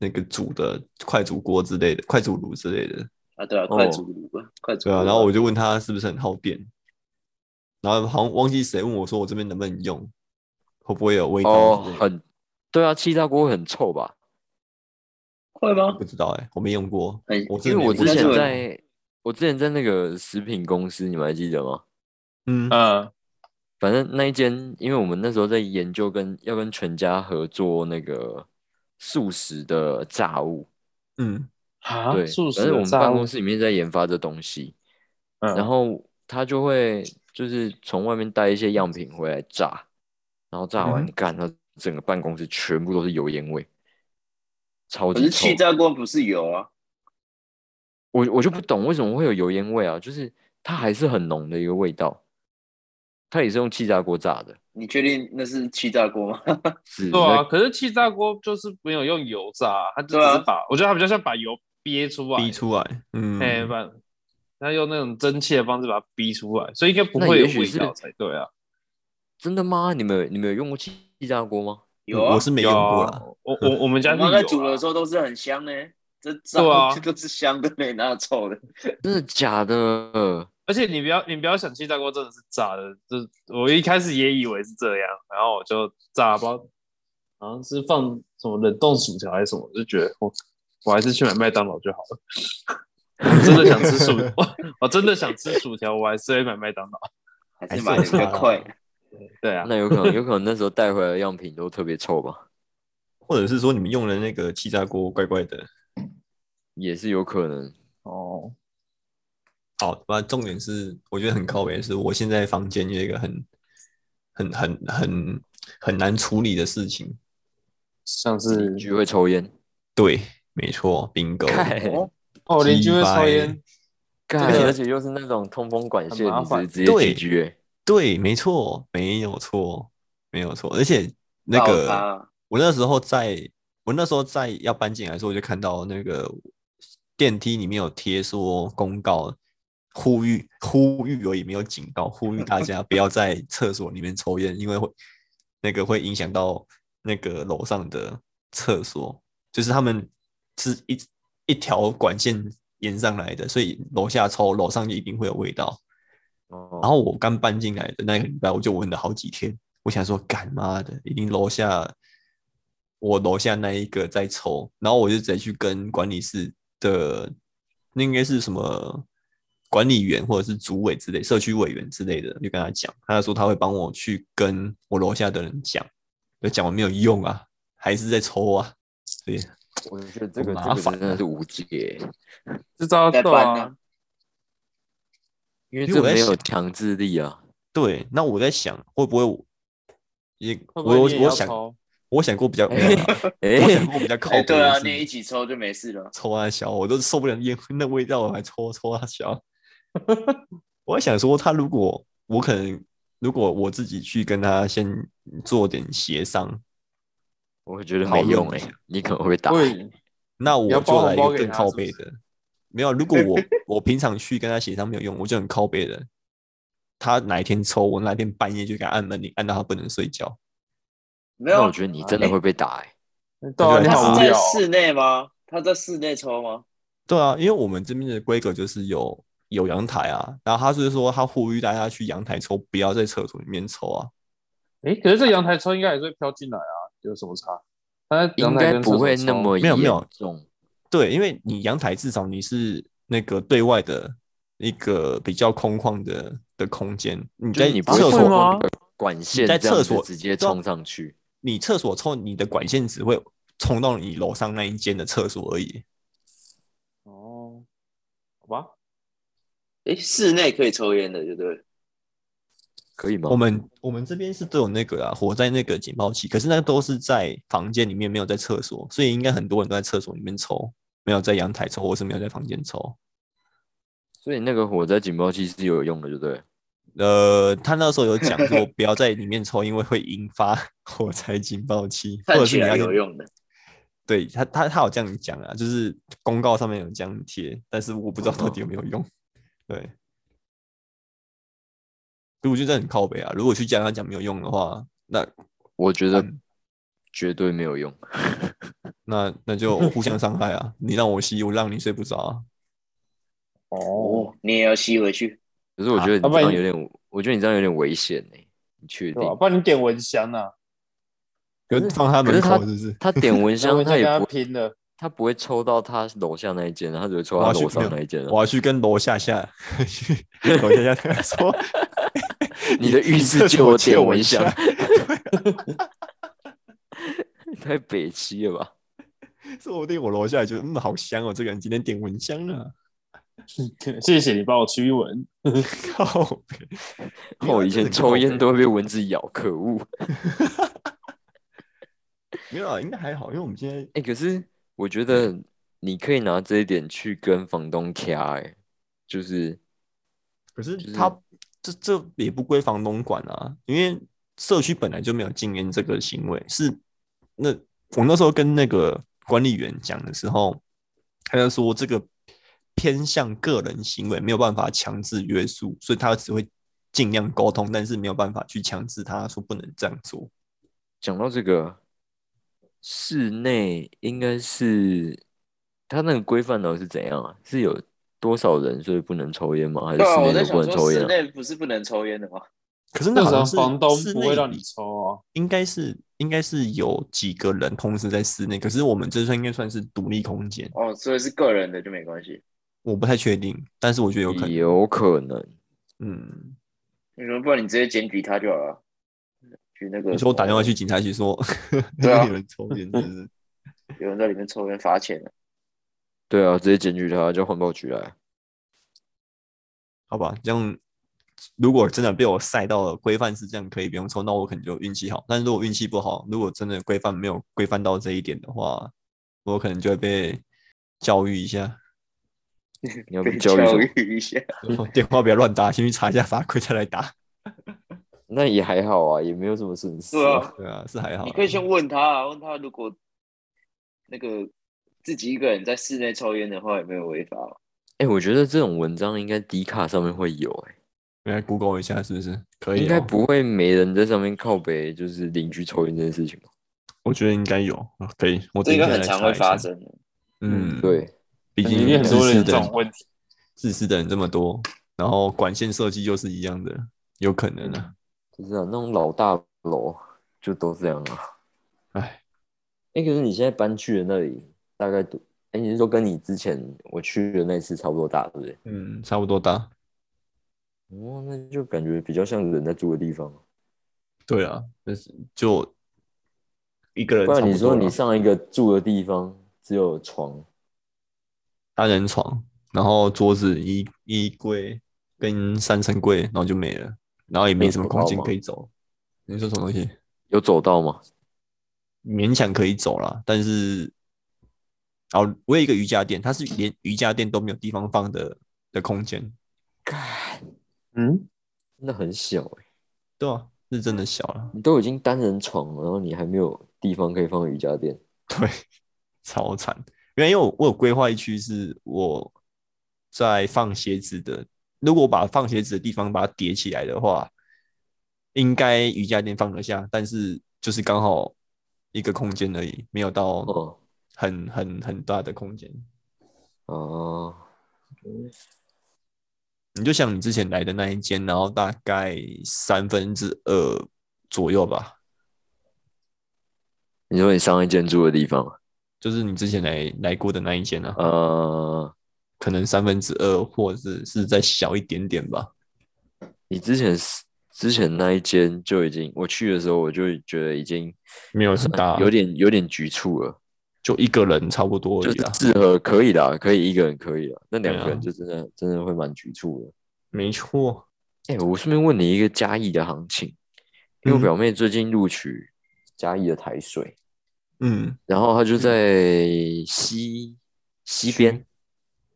Speaker 4: 那个煮的快煮锅之类的，快煮炉之类的，
Speaker 2: 啊，对啊，
Speaker 3: 哦
Speaker 2: 快煮炉吧，快煮
Speaker 4: 对
Speaker 2: 炉
Speaker 4: 啊，
Speaker 2: 吧。
Speaker 4: 然后我就问他是不是很耗电，然后好像忘记谁问我说我这边能不能用，会不会有味道
Speaker 3: 哦
Speaker 4: 之类，的？
Speaker 3: 很，对啊，气炸锅会很臭吧？
Speaker 2: 会吗
Speaker 4: 不？知道哎、我没用过，
Speaker 2: 很
Speaker 4: 我真
Speaker 3: 因
Speaker 4: 的没
Speaker 3: 为
Speaker 4: 用
Speaker 3: 我
Speaker 4: 过
Speaker 3: 之
Speaker 2: 应该
Speaker 3: 前
Speaker 2: 是会
Speaker 3: 在，我之前在那个食品公司，你们还记得吗？
Speaker 4: 嗯
Speaker 1: 嗯，
Speaker 3: 反正那一间，因为我们那时候在研究跟要跟全家合作那个素食的炸物，
Speaker 4: 嗯
Speaker 1: 啊
Speaker 3: 对，
Speaker 1: 素
Speaker 3: 反
Speaker 1: 食
Speaker 3: 正我
Speaker 1: 的
Speaker 3: 们
Speaker 1: 炸
Speaker 3: 办
Speaker 1: 物
Speaker 3: 公，室里面在研发这东西，
Speaker 1: 嗯
Speaker 3: 然后他就会就是从外面带一些样品回来炸，然后炸完
Speaker 1: 嗯
Speaker 3: 干，然后整个办公室全部都是油烟味，超
Speaker 2: 可
Speaker 3: 级
Speaker 2: 是
Speaker 3: 臭
Speaker 2: 气。炸锅不是油啊，
Speaker 3: 我我就不懂为什么会有油烟味啊，就是它还是很浓的一个味道，它也是用气炸锅炸的，
Speaker 2: 你确定那是气炸锅 吗？
Speaker 3: 是
Speaker 1: 对啊，
Speaker 3: 那
Speaker 1: 可是气炸锅就是没有用油炸，它就
Speaker 2: 对
Speaker 1: 只
Speaker 2: 啊
Speaker 1: 是把，我觉得它比较像把油憋出来，
Speaker 4: 逼出来，嗯，
Speaker 1: 哎、把它用那种蒸汽的方式把它逼出来，所以应该不
Speaker 3: 那
Speaker 1: 会有
Speaker 3: 也许
Speaker 1: 味
Speaker 3: 是
Speaker 1: 道才对啊。
Speaker 3: 真的吗？你们有你们有用过气气炸锅吗？
Speaker 2: 有啊，
Speaker 4: 嗯我是没
Speaker 1: 有
Speaker 4: 用过
Speaker 1: 啊
Speaker 4: 啦，，
Speaker 1: 我我我们
Speaker 2: 我
Speaker 1: 家是
Speaker 2: 妈在煮
Speaker 1: 有
Speaker 2: 的
Speaker 1: 啊
Speaker 2: 时候都是很香呢，这炸
Speaker 1: 对啊
Speaker 2: 这 都是香的呢，哪有臭的？
Speaker 3: 真的假的？
Speaker 1: 而且你不要你不要想气炸锅真的是炸的，就是我一开始也以为是这样，然后我就炸包，好像是放什么冷冻薯条还是什么，就觉得我我还是去买麦当劳就好了。我真的想吃薯， 我我真的想吃薯条，我还是会买麦当劳。
Speaker 2: 还是买的比
Speaker 4: 还是
Speaker 2: 较
Speaker 4: 有差
Speaker 2: 快。
Speaker 1: 对啊，
Speaker 3: 那有可能，有可能那时候带回来的样品都特别臭吧，
Speaker 4: 或者是说你们用的那个气炸锅怪怪的。
Speaker 3: 也是有可能。
Speaker 1: 哦，
Speaker 4: 好，那重点是我觉得很靠北，是我现在房间有一个很很很很很难处理的事情，
Speaker 1: 像是
Speaker 3: 邻居会抽烟，
Speaker 4: 对，没错，bingo，
Speaker 3: 干
Speaker 2: 哦
Speaker 1: 哦，邻居会抽
Speaker 4: 鸡
Speaker 1: 烟
Speaker 4: 掰，
Speaker 3: 干，
Speaker 1: 这个
Speaker 3: 而且又是那种通风管线，
Speaker 1: 很麻
Speaker 3: 你
Speaker 1: 烦
Speaker 3: 直接直
Speaker 4: 对
Speaker 3: 接 GG 欸
Speaker 4: 对，没错，没有错，没有错。而且那
Speaker 2: 爆
Speaker 4: 个
Speaker 1: 啊
Speaker 2: 它，
Speaker 4: 我那时候在，我那时候在要搬进来的时候，我就看到那个电梯里面有贴说公告，呼吁呼吁而已，没有警告，呼吁大家不要在厕所里面抽烟，因为会那个会影响到那个楼上的厕所，就是他们是一一条管线延上来的，所以楼下抽，楼上就一定会有味道。
Speaker 3: 哦，
Speaker 4: 然后我刚搬进来的那个礼拜，我就闻了好几天。我想说，干妈的，一定楼下我楼下那一个在抽，然后我就直接去跟管理室的，那应该是什么管理员或者是组委之类、社区委员之类的，就跟他讲，他说他会帮我去跟我楼下的人讲，就讲我没有用啊，还是在抽啊，所以
Speaker 3: 我觉得这个
Speaker 4: 好
Speaker 3: 这
Speaker 4: 麻
Speaker 3: 个
Speaker 4: 烦
Speaker 3: 真的是无解欸，
Speaker 1: 这招
Speaker 2: 在
Speaker 1: 对
Speaker 2: 办
Speaker 1: 啊
Speaker 2: 呢，，
Speaker 3: 因为
Speaker 4: 因为
Speaker 3: 这
Speaker 4: 我在
Speaker 3: 没有
Speaker 4: 想
Speaker 3: 强制力 啊。
Speaker 4: 对，那我在想会不会我也
Speaker 1: 会不会
Speaker 4: 我
Speaker 1: 你
Speaker 4: 有
Speaker 1: 也要
Speaker 4: 我想
Speaker 1: 抽？
Speaker 4: 我 想过比较，没有啦
Speaker 3: 哎
Speaker 4: 我，想过比较靠
Speaker 2: 哎，
Speaker 4: 北
Speaker 2: 对
Speaker 4: 的
Speaker 2: 啊，
Speaker 4: 事
Speaker 2: 你
Speaker 4: 情
Speaker 2: 一起抽就没事了。
Speaker 4: 抽啊小，我都受不了烟 那味道，我还抽抽啊小。 我还想说，他如果我可能，如果我自己去跟他先做点协商，
Speaker 3: 我觉得
Speaker 4: 讨
Speaker 3: 没
Speaker 4: 论
Speaker 3: 用
Speaker 4: 一
Speaker 3: 哎
Speaker 4: 下，
Speaker 3: 你可能会打。
Speaker 1: 对，
Speaker 4: 那我
Speaker 1: 你要
Speaker 4: 就
Speaker 1: 包
Speaker 4: 来一
Speaker 1: 红包
Speaker 4: 个
Speaker 1: 给
Speaker 4: 更
Speaker 1: 他
Speaker 4: 靠
Speaker 1: 是不
Speaker 4: 背
Speaker 1: 是
Speaker 4: 的。没有，如果 我我平常去跟他协商没有用，我就很靠背的。他哪一天抽，我哪一天半夜就给他按门铃，按到他不能睡觉。
Speaker 2: 没有
Speaker 3: 那我
Speaker 2: 啊，
Speaker 3: 觉得你真的会被打哎。
Speaker 1: 对啊，
Speaker 4: 对
Speaker 1: 你
Speaker 2: 他
Speaker 1: 好
Speaker 2: 是
Speaker 1: 无
Speaker 2: 在
Speaker 1: 聊哦。
Speaker 2: 室内吗？他在室内抽吗？
Speaker 4: 对啊，因为我们这边的规格就是有有阳台啊，然后他是说他呼吁大家去阳台抽，不要在厕所里面抽啊。
Speaker 1: 诶，可是这阳台抽应该还是会飘进来啊，有什么差？它阳
Speaker 3: 应
Speaker 1: 台
Speaker 3: 该
Speaker 1: 跟厕
Speaker 3: 不
Speaker 1: 所
Speaker 3: 会
Speaker 1: 抽
Speaker 3: 那么
Speaker 4: 没有没有
Speaker 3: 严重，
Speaker 4: 对，因为你阳台至少你是那个对外的一个比较空旷的的空间，你
Speaker 3: 就是
Speaker 4: 在
Speaker 3: 你不
Speaker 1: 会
Speaker 4: 厕
Speaker 1: 冲
Speaker 4: 所
Speaker 1: 吗
Speaker 3: 那个管线
Speaker 4: 你在
Speaker 3: 这样
Speaker 4: 厕
Speaker 3: 子
Speaker 4: 所
Speaker 3: 直接
Speaker 4: 对啊
Speaker 3: 冲上去，
Speaker 4: 你厕所抽你的管线只会冲到你楼上那一间的厕所而已。
Speaker 1: 哦，好吧，
Speaker 2: 诶，室内可以抽烟的，对不对？
Speaker 3: 可以吗？
Speaker 4: 我们我们这边是都有那个啊，火灾那个警报器，可是那都是在房间里面，没有在厕所，所以应该很多人都在厕所里面抽，没有在阳台抽，或是没有在房间抽。
Speaker 3: 所以那个火灾警报器是有用的，对不对？
Speaker 4: 呃，他那时候有讲说不要在里面抽，因为会引发 火灾警报器，或
Speaker 2: 看
Speaker 4: 者是
Speaker 2: 起
Speaker 4: 你
Speaker 2: 来
Speaker 4: 要
Speaker 2: 有
Speaker 4: 跟
Speaker 2: 用的。
Speaker 4: 对他他他有这样讲啊，就是公告上面有这样贴，但是我不知道到底有没有用。对，所以我觉得这很靠北啊。如果去这样讲没有用的话，那
Speaker 3: 我觉得
Speaker 4: 嗯
Speaker 3: 绝对没有用。
Speaker 4: 那那就互相伤害啊！你让我吸，我让你睡不着啊。
Speaker 1: 哦，
Speaker 2: 哦，你也要吸回去？
Speaker 3: 可
Speaker 4: 啊
Speaker 3: 是我觉得你
Speaker 1: 要不
Speaker 3: 这
Speaker 1: 然
Speaker 3: 样
Speaker 1: 你
Speaker 3: 有点，我觉得你这样有点危险呢、你确
Speaker 1: 对吧？啊
Speaker 3: 定？
Speaker 1: 不然你点蚊香啊，
Speaker 4: 可是放他
Speaker 3: 可
Speaker 4: 门
Speaker 3: 是他
Speaker 4: 口是不是？
Speaker 3: 他点蚊
Speaker 1: 那
Speaker 3: 香，
Speaker 1: 蚊
Speaker 3: 他
Speaker 1: 香
Speaker 3: 也
Speaker 1: 跟他
Speaker 3: 不会，
Speaker 1: 拼了，
Speaker 3: 他不会抽到他楼下那一间啊，他只会抽
Speaker 4: 我
Speaker 3: 到
Speaker 4: 要去
Speaker 3: 楼上
Speaker 4: 没有
Speaker 3: 那一间啊。，
Speaker 4: 我要去跟楼下下 去楼下下跟他说
Speaker 3: 你的浴
Speaker 4: 厕
Speaker 3: 室借
Speaker 4: 所
Speaker 3: 我
Speaker 4: 借
Speaker 3: 点
Speaker 4: 我
Speaker 3: 蚊
Speaker 4: 一
Speaker 3: 香
Speaker 4: 下
Speaker 3: 太北七了吧？
Speaker 4: 说不定我楼下就嗯好香哦，这个人今天点蚊香
Speaker 1: 嗯
Speaker 4: 啊，
Speaker 1: 谢谢你帮我驱蚊。
Speaker 4: 靠北！没有
Speaker 3: 我
Speaker 4: 啊
Speaker 3: 哦以
Speaker 4: 真
Speaker 3: 前
Speaker 4: 的
Speaker 3: 抽
Speaker 4: 靠
Speaker 3: 烟
Speaker 4: 北
Speaker 3: 都会被蚊子咬，可恶！
Speaker 4: 没有啊，应该还好，因为我们今天
Speaker 3: 哎、可是我觉得
Speaker 4: 嗯
Speaker 3: 你可以拿这一点去跟房东掐、欸，就是
Speaker 4: 可是
Speaker 3: 就是
Speaker 4: 他这这也不归房东管啊，因为社区本来就没有禁烟这个行为。是那我那时候跟那个管理员讲的时候，他就说这个偏向个人行为，没有办法强制约束，所以他只会尽量沟通，但是没有办法去强制他说不能这样做。
Speaker 3: 讲到这个室内，应该是他那个规范到底是怎样啊？是有多少人所以不能抽烟吗？还是
Speaker 2: 对啊，我
Speaker 3: 室内
Speaker 2: 在
Speaker 3: 都不
Speaker 2: 想
Speaker 3: 能
Speaker 2: 说
Speaker 3: 抽烟
Speaker 2: 室
Speaker 3: 啊？
Speaker 2: 内不是不能抽烟的吗？
Speaker 4: 可是那
Speaker 1: 那
Speaker 4: 好
Speaker 1: 时候
Speaker 4: 像是
Speaker 1: 房东
Speaker 4: 室
Speaker 1: 不
Speaker 4: 内
Speaker 1: 会让
Speaker 4: 比
Speaker 1: 你抽啊。
Speaker 4: 应该是应该是有几个人同时在室内，可是我们这算应该算是独立空间，
Speaker 2: 哦，所以是个人的就没关系。
Speaker 4: 我不太确定，但是我觉得有可能，
Speaker 3: 有可能，
Speaker 4: 嗯，
Speaker 2: 你说不然你直接检举他就好了。去那个，
Speaker 4: 你说我打电话去警察局说，
Speaker 2: 哦 对啊
Speaker 4: 有人抽烟，是不是？
Speaker 2: 有人在里面抽烟罚钱了。
Speaker 3: 对啊，直接检举他，叫环保局来。
Speaker 4: 好吧，这样如果真的被我晒到了，规范是这样可以不用抽，那我可能就运气好。但是如果运气不好，如果真的规范没有规范到这一点的话，我可能就会被教育一下，
Speaker 3: 你要
Speaker 2: 被
Speaker 3: 被教
Speaker 2: 教
Speaker 3: 育什么？
Speaker 2: 育一下，
Speaker 4: 说电话不要乱打，先去查一下法规再来打。
Speaker 3: 那也还好啊，也没有什么损失、
Speaker 2: 对啊，
Speaker 4: 对啊，是还好
Speaker 2: 你
Speaker 4: 啦。
Speaker 2: 可以先问他啊，问他如果那个自己一个人在室内抽烟的话，有没有违法？哦
Speaker 3: 哎、我觉得这种文章应该 D 卡上面会有、欸，
Speaker 4: 来 Google 一下是不是可以、哦
Speaker 3: 应该，不会没人在上面靠北，就是邻居抽烟这件事情吧？
Speaker 4: 我觉得应该有，啊可以。我
Speaker 2: 这应该
Speaker 4: 等一
Speaker 2: 很
Speaker 4: 下
Speaker 2: 常
Speaker 4: 来
Speaker 2: 会
Speaker 4: 查
Speaker 2: 发
Speaker 4: 一下。
Speaker 2: 生的。
Speaker 4: 嗯，，
Speaker 3: 对，
Speaker 4: 毕
Speaker 1: 里
Speaker 4: 竟
Speaker 1: 面很多人
Speaker 4: 自私
Speaker 1: 有这
Speaker 4: 的
Speaker 1: 种
Speaker 4: 人，
Speaker 1: 问题，
Speaker 4: 自私的人这么多，然后管线设计又是一样的，有可能啊。
Speaker 3: 就是啊，那种老大楼就都这样啊。
Speaker 4: 哎，
Speaker 3: 哎、可是你现在搬去的那里大概多？哎、你是说跟你之前我去的那次差不多大，对不对？
Speaker 4: 嗯，差不多大。
Speaker 3: 哦，那就感觉比较像人在住的地方。
Speaker 4: 对啊，但是就一个人
Speaker 3: 不
Speaker 4: 差
Speaker 3: 然你
Speaker 4: 不
Speaker 3: 说
Speaker 4: 多
Speaker 3: 你
Speaker 4: 啦，
Speaker 3: 上一个住的地方只有床，
Speaker 4: 单人床，然后桌子、衣衣柜跟三层柜，然后就没了，然后也没什么空间可以走。你说什么东西？
Speaker 3: 有走到吗？
Speaker 4: 勉强可以走啦，但是，哦，我有一个瑜伽垫，它是连瑜伽垫都没有地方放的的空间，
Speaker 1: 嗯，
Speaker 3: 那很小哎、
Speaker 4: 对啊，是真的小了，
Speaker 3: 你都已经单人床了，然后你还没有地方可以放瑜伽垫。
Speaker 4: 对，超惨。因为因为我我有规划一区是我在放鞋子的，如果我把放鞋子的地方把它叠起来的话，应该瑜伽垫放得下，但是就是刚好一个空间而已，没有到
Speaker 3: 哦
Speaker 4: 很很很大的空间。
Speaker 3: 哦，
Speaker 4: 你就想你之前来的那一间，然后大概三分之二左右吧，
Speaker 3: 你说你上一间住的地方，
Speaker 4: 就是你之前来来过的那一间啊，
Speaker 3: 呃，
Speaker 4: 可能三分之二，或者是是再小一点点吧。
Speaker 3: 你之前是之前那一间就已经，我去的时候我就觉得已经
Speaker 4: 没有很大，
Speaker 3: 有点有点局促了，
Speaker 4: 就一个人差不多而
Speaker 3: 就
Speaker 4: 已啊
Speaker 3: 是
Speaker 4: 啦。
Speaker 3: 适合可以啦，可以一个人可以啦，那两
Speaker 4: 对啊
Speaker 3: 个人就真的、真的会蛮局促的。
Speaker 4: 没错，
Speaker 3: 哎、我顺便问你一个嘉义的行情，因为我
Speaker 4: 嗯
Speaker 3: 表妹最近录取嘉义的台水，
Speaker 4: 嗯，
Speaker 3: 然后她就在西西边，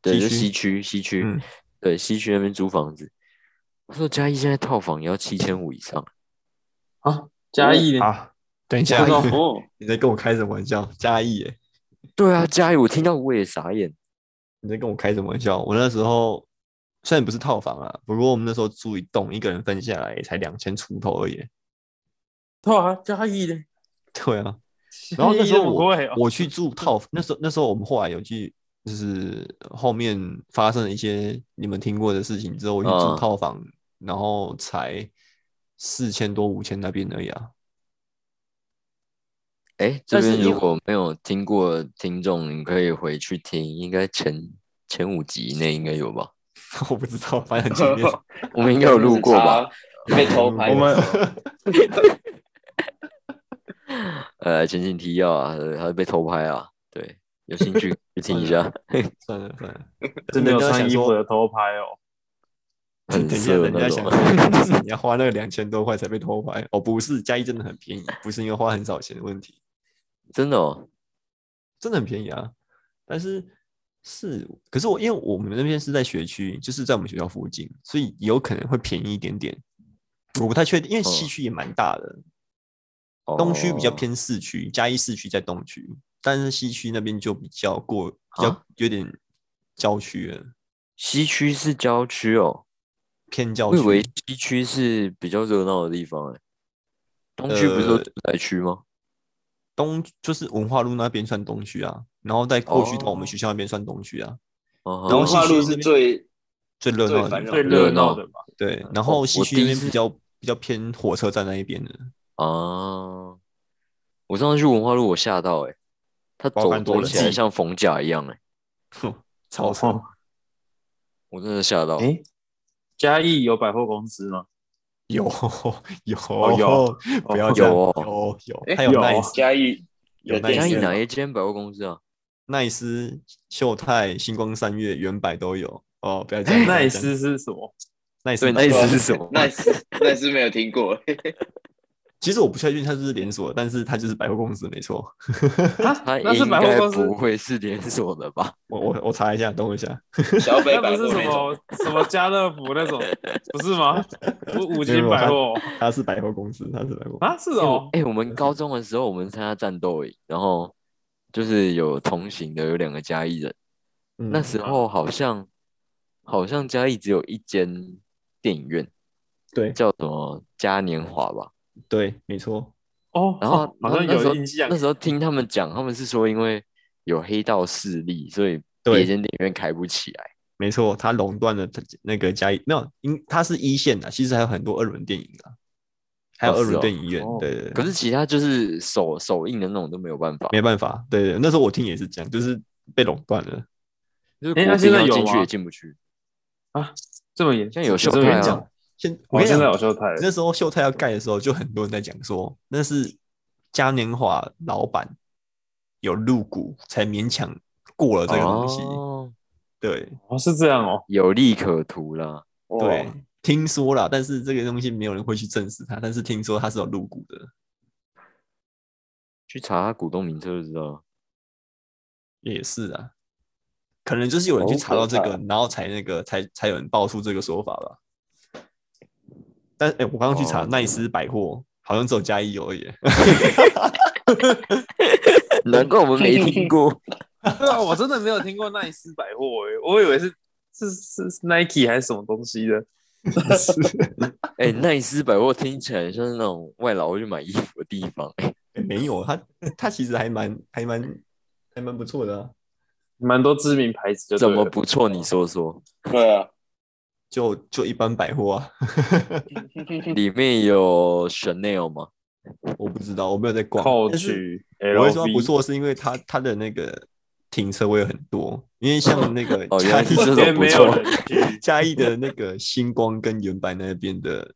Speaker 3: 对，就西
Speaker 4: 西
Speaker 3: 区西区，
Speaker 4: 嗯
Speaker 3: 对，西区那边租房子。她说嘉义现在套房也要七千五以上，
Speaker 1: 啊，嘉
Speaker 3: 嗯
Speaker 1: 义呢？
Speaker 4: 啊，等一下
Speaker 1: 嘉，义
Speaker 2: 哦，
Speaker 4: 你在跟我开什么玩笑？嘉义耶，
Speaker 3: 对啊，嘉义我听到我也傻眼，
Speaker 4: 你在跟我开什么玩笑？我那时候虽然不是套房啊，不过我们那时候住一栋，一个人分下来才两千出头而已。
Speaker 1: 对啊，嘉义呢？
Speaker 4: 对啊，然后那时候
Speaker 1: 不
Speaker 4: 我
Speaker 1: 会哦
Speaker 4: 我去住套，那时候那时候我们后来有去，就是后面发生了一些你们听过的事情之后，我去
Speaker 3: 嗯
Speaker 4: 住套房，然后才四千多五千那边而已啊。
Speaker 3: 哎，这
Speaker 1: 但是
Speaker 3: 边
Speaker 1: 因
Speaker 3: 如
Speaker 1: 为
Speaker 3: 果没有听过的听众，你可以回去听，应该前前五集以内应该有吧？
Speaker 4: 我不知道，反正 前面
Speaker 3: 我们应该有录过吧？
Speaker 2: 查？被偷拍，
Speaker 1: 我们
Speaker 3: 呃，前景提要啊，呃还被偷拍啊，对，有兴 趣去听一下，
Speaker 4: 算了算了，
Speaker 1: 是没有
Speaker 4: 人家
Speaker 1: 穿
Speaker 4: 想
Speaker 1: 衣服
Speaker 4: 说
Speaker 1: 的偷拍哦。
Speaker 3: 很
Speaker 4: 嗯等一下，
Speaker 3: 色
Speaker 4: 人
Speaker 3: 那
Speaker 4: 家
Speaker 3: 种啊
Speaker 4: 想。说 就是你要花那个两千多块才被偷拍，哦，不是，嘉义真的很便宜，不是因为花很少钱的问题，
Speaker 3: 真的哦，
Speaker 4: 真的很便宜啊。但是是，可是我因为我们那边是在学区，就是在我们学校附近，所以有可能会便宜一点点。我不太确定，因为西
Speaker 3: 哦
Speaker 4: 区也蛮大的，东区比较
Speaker 3: 哦，
Speaker 4: 偏市区，嘉义市区在东区，但是西区那边就比较过，比较
Speaker 3: 啊
Speaker 4: 有点郊区了，
Speaker 3: 西区是郊区哦，
Speaker 4: 偏郊
Speaker 3: 我以为
Speaker 4: 区。
Speaker 3: 西区是比较热闹的地方哎，东区不是都
Speaker 4: 呃
Speaker 3: 住宅区吗？
Speaker 4: 东就是文化路那边算东区啊，然后再过去到我
Speaker 3: 哦
Speaker 4: 们学校那边算东区啊，
Speaker 3: 哦，
Speaker 4: 然后
Speaker 2: 文化
Speaker 4: 西区
Speaker 2: 路是最
Speaker 4: 最热
Speaker 2: 最
Speaker 4: 闹的
Speaker 2: 繁
Speaker 4: 地
Speaker 2: 荣
Speaker 4: 方
Speaker 1: 最热闹的吧？
Speaker 4: 对，然
Speaker 3: 我
Speaker 4: 后西
Speaker 3: 哦我
Speaker 4: 区
Speaker 3: 第
Speaker 4: 那
Speaker 3: 一
Speaker 4: 边
Speaker 3: 次
Speaker 4: 比较比较偏火车站那一边的，
Speaker 3: 啊，我上次去文化路我吓到哎，它
Speaker 4: 包
Speaker 3: 走
Speaker 4: 含多
Speaker 3: 走
Speaker 4: 人
Speaker 3: 起来
Speaker 4: 机
Speaker 3: 像逢甲一样哎，
Speaker 4: 超
Speaker 1: 哦
Speaker 4: 车。
Speaker 3: 我真的吓到。
Speaker 1: 哎，嘉义有百货公司吗？
Speaker 4: 有有
Speaker 1: 有，
Speaker 4: 不要
Speaker 1: 哦
Speaker 4: 这样，
Speaker 3: 有
Speaker 4: 有有，
Speaker 2: 诶哦
Speaker 4: 哎还有
Speaker 1: 有啊
Speaker 4: 奈斯
Speaker 2: 嘉义
Speaker 4: 有
Speaker 2: 有
Speaker 4: 奈
Speaker 3: 嘉
Speaker 2: 电
Speaker 3: 义
Speaker 2: 视
Speaker 4: 斯
Speaker 3: 哪一间百货公司啊？
Speaker 4: 奈斯、秀泰、星光三月、原百都有哦，不要这样，
Speaker 1: 奈斯是什么？
Speaker 4: 奈斯啊
Speaker 3: 对，那
Speaker 4: 奈
Speaker 3: 意
Speaker 4: 斯，
Speaker 3: 思是什么？
Speaker 2: 那是那是没有听过，
Speaker 4: 其实我不确定它是不是连锁，但是它就是百货公司没错。
Speaker 1: 啊
Speaker 3: 它
Speaker 1: 那是
Speaker 3: 应
Speaker 1: 百货
Speaker 3: 该
Speaker 1: 公
Speaker 3: 不
Speaker 1: 司，
Speaker 3: 会是连锁的吧？
Speaker 4: 我我我查一下，等我一下，
Speaker 2: 小北
Speaker 1: 那不
Speaker 2: 百
Speaker 1: 是
Speaker 2: 货
Speaker 1: 什
Speaker 2: 那种。
Speaker 1: 么什么家乐福那种，不是吗？五五
Speaker 4: 没有
Speaker 1: 金百货
Speaker 4: 它是百货公司，它是百货公司。
Speaker 1: 啊，是哦，
Speaker 3: 哎、我们高中的时候，我们参加战斗营，然后就是有同行的有两个嘉义人，那
Speaker 4: 嗯
Speaker 3: 时
Speaker 1: 啊
Speaker 3: 候好像好像嘉义只有一间电影院，
Speaker 4: 对
Speaker 3: 叫什么嘉年华吧。
Speaker 4: 对，没错，
Speaker 1: 哦，
Speaker 3: 然后
Speaker 1: 好好像
Speaker 3: 那时
Speaker 1: 有
Speaker 3: 候
Speaker 1: 印象
Speaker 3: 那，时候听他们讲，他们是说因为有黑道势力，所以
Speaker 4: 对
Speaker 3: 别间电影院开不起来。
Speaker 4: 没错，它垄断了它那个嘉义，没有，因它是一线的，其实还有很多二轮电影啊，还有
Speaker 3: 哦
Speaker 4: 二
Speaker 3: 是
Speaker 4: 轮
Speaker 3: 哦
Speaker 4: 电影院，
Speaker 1: 哦
Speaker 4: 对对对。
Speaker 3: 可是其他就是首首映的那种都没有办法，
Speaker 4: 没办法，对对，那时候我听也是这样，就是被垄断了。
Speaker 3: 就是
Speaker 1: 诶
Speaker 3: 国
Speaker 1: 那现
Speaker 3: 宾
Speaker 1: 在
Speaker 3: 要
Speaker 1: 有
Speaker 3: 进去也
Speaker 1: 吗
Speaker 3: 进不去。
Speaker 1: 这么严，
Speaker 3: 现在有秀
Speaker 1: 这么
Speaker 3: 泰
Speaker 1: 严
Speaker 3: 啊
Speaker 1: 重，
Speaker 2: 哦
Speaker 4: 现
Speaker 1: 我
Speaker 4: 我跟你
Speaker 1: 现在有
Speaker 4: 讲，
Speaker 1: 秀泰了，
Speaker 4: 那时候秀泰要盖的时候，就很多人在讲说，那是嘉年华老板有入股才勉强过了这个东西。
Speaker 3: 哦，
Speaker 4: 对
Speaker 1: 哦是这样 哦，
Speaker 3: 有利可图啦。
Speaker 2: 哇
Speaker 4: 对，听说啦，但是这个东西没有人会去证实它，但是听说它是有入股的。
Speaker 3: 去查他股东名册就知道了。
Speaker 4: 也是啊，可能就是有人去查到这
Speaker 2: 好可
Speaker 4: 个，然后才那个才才有人爆出这个说法吧。但哎、我刚刚去查
Speaker 3: 哦
Speaker 4: 奈斯百货，好像只有加一有而已。
Speaker 3: 难怪我们没听过。
Speaker 1: 对啊，我真的没有听过奈斯百欸货诶，我以为是是是是 Nike 还是什么东西的，
Speaker 3: 哎、奈斯百货听起来像是那种外劳会去买衣服的地方、哎
Speaker 4: 欸没有他，他其实还蛮还蛮还蛮不错的、啊，
Speaker 1: 蛮多知名牌子就对
Speaker 3: 怎
Speaker 1: 了
Speaker 3: 么不错？你说说，
Speaker 2: 对啊，
Speaker 4: 就就一般百货啊，
Speaker 3: 里面有 Chanel 吗？
Speaker 4: 我不知道，我没有在逛。但是
Speaker 1: Coach
Speaker 4: 我会说它不
Speaker 1: LV，
Speaker 4: 错，是因为它它的那个停车位很多，因为像那个
Speaker 3: 哦原
Speaker 4: 嘉
Speaker 3: 来
Speaker 4: 义
Speaker 3: 是这
Speaker 1: 因为
Speaker 3: 种不
Speaker 1: 没有
Speaker 3: 错
Speaker 1: 人去，
Speaker 4: 嘉义的那个星光跟原版那边的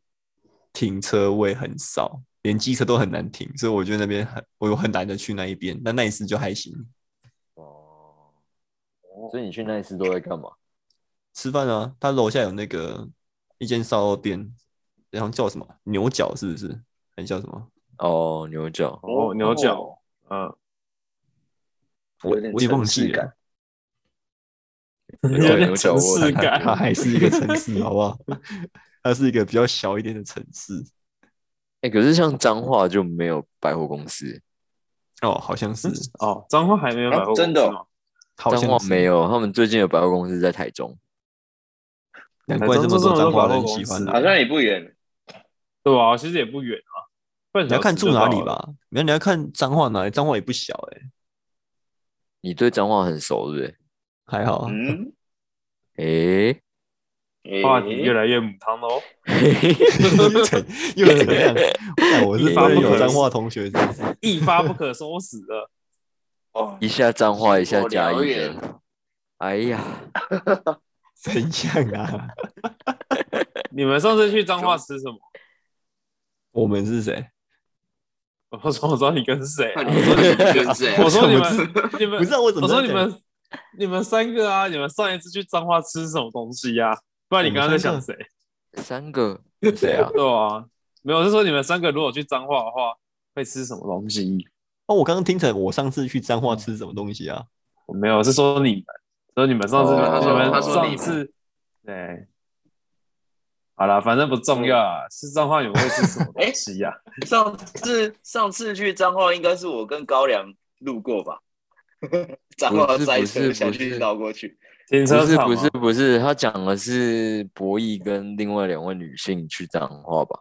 Speaker 4: 停车位很少，连机车都很难停，所以我觉得那边很我很懒得去那一边。但那一次就还行，
Speaker 3: 哦，所以你去奈斯都在干嘛？
Speaker 4: 吃饭啊，他楼下有那个一间烧肉店，然后叫什么牛角是不是？还叫什么？
Speaker 3: 哦，牛角，
Speaker 1: 哦，牛角，嗯，
Speaker 4: 我
Speaker 2: 有点
Speaker 4: 我也忘记
Speaker 2: 城市感
Speaker 4: 了，
Speaker 1: 嗯有
Speaker 3: 对
Speaker 1: 点
Speaker 3: 牛
Speaker 1: 城
Speaker 3: 角我有
Speaker 1: 市
Speaker 3: 看
Speaker 1: 感
Speaker 4: 它还是一个城市，好不好？ 它是一个比较小一点的城市。
Speaker 3: 哎、可是像彰化就没有百货公司，
Speaker 4: 哦，好像
Speaker 2: 嗯
Speaker 4: 是，
Speaker 1: 哦，彰化还没有百货公司
Speaker 2: 啊真的哦
Speaker 1: 吗
Speaker 4: 好
Speaker 3: 彰化
Speaker 4: 像是
Speaker 3: 没，有，他们最近的百货公司在台中。
Speaker 4: 难怪这么多彰化人喜欢
Speaker 2: 好
Speaker 4: 啊来。
Speaker 2: 像也不远，
Speaker 1: 对吧？其实也不远啊，半
Speaker 4: 你
Speaker 1: 小
Speaker 4: 要
Speaker 1: 时
Speaker 4: 看住
Speaker 1: 就
Speaker 4: 哪
Speaker 1: 到
Speaker 4: 里
Speaker 1: 了。
Speaker 4: 吧，你要你要看彰化哪里，彰化也不小哎、
Speaker 3: 你对彰化很熟，对不对？
Speaker 4: 还好啊。
Speaker 2: 嗯，
Speaker 3: 诶、
Speaker 1: 话题越
Speaker 2: 来
Speaker 1: 来越母汤哦喽。
Speaker 3: 嘿嘿 嘿
Speaker 4: 又怎又怎样？哎我是
Speaker 1: 一发
Speaker 4: 真的
Speaker 1: 不
Speaker 4: 有
Speaker 1: 可
Speaker 4: 彰
Speaker 1: 收
Speaker 4: 化同学，真的是
Speaker 1: 一发不可收拾了。
Speaker 2: 哦，
Speaker 3: 一下彰化，一下
Speaker 2: 我
Speaker 3: 嘉
Speaker 2: 了
Speaker 3: 义
Speaker 2: 解
Speaker 3: 的。哎呀，
Speaker 4: 怎样啊？
Speaker 1: 你们上次去彰化吃什么？
Speaker 4: 我们是谁？
Speaker 1: 我说我说你跟谁啊、
Speaker 2: 看你说你跟谁 啊？
Speaker 1: 我说你
Speaker 4: 怎
Speaker 1: 们你们
Speaker 4: 不是啊，我怎
Speaker 1: 我
Speaker 4: 么知
Speaker 1: 说
Speaker 4: 道
Speaker 1: 你们你们三个啊，你们上一次去彰化吃什么东西呀、不然你刚刚在想谁？
Speaker 3: 三个谁啊？
Speaker 1: 对啊，没有，我是说你们三个如果去彰化的话，会吃什么东西？
Speaker 4: 哦，我刚刚听成我上次去彰化吃什么东西啊？
Speaker 1: 我没有，是说你们，说你们上次、
Speaker 3: 哦他说
Speaker 1: 你
Speaker 3: 他
Speaker 1: 们
Speaker 3: 说
Speaker 2: 你
Speaker 1: 上
Speaker 2: 们
Speaker 1: 次，对，好啦，反正不重要啊，是彰化你们会吃什么东西啊呀、
Speaker 2: 上次上次去彰化应该是我跟高粱路过 吧？彰化塞
Speaker 3: 不是
Speaker 2: 车
Speaker 3: 不是
Speaker 2: 想
Speaker 3: 不
Speaker 2: 去
Speaker 3: 是
Speaker 2: 绕过去，
Speaker 1: 停
Speaker 3: 不
Speaker 1: 车
Speaker 3: 是
Speaker 1: 场
Speaker 3: 不
Speaker 1: 吗
Speaker 3: 是不是，他讲的是博弈跟另外两位女性去彰化吧？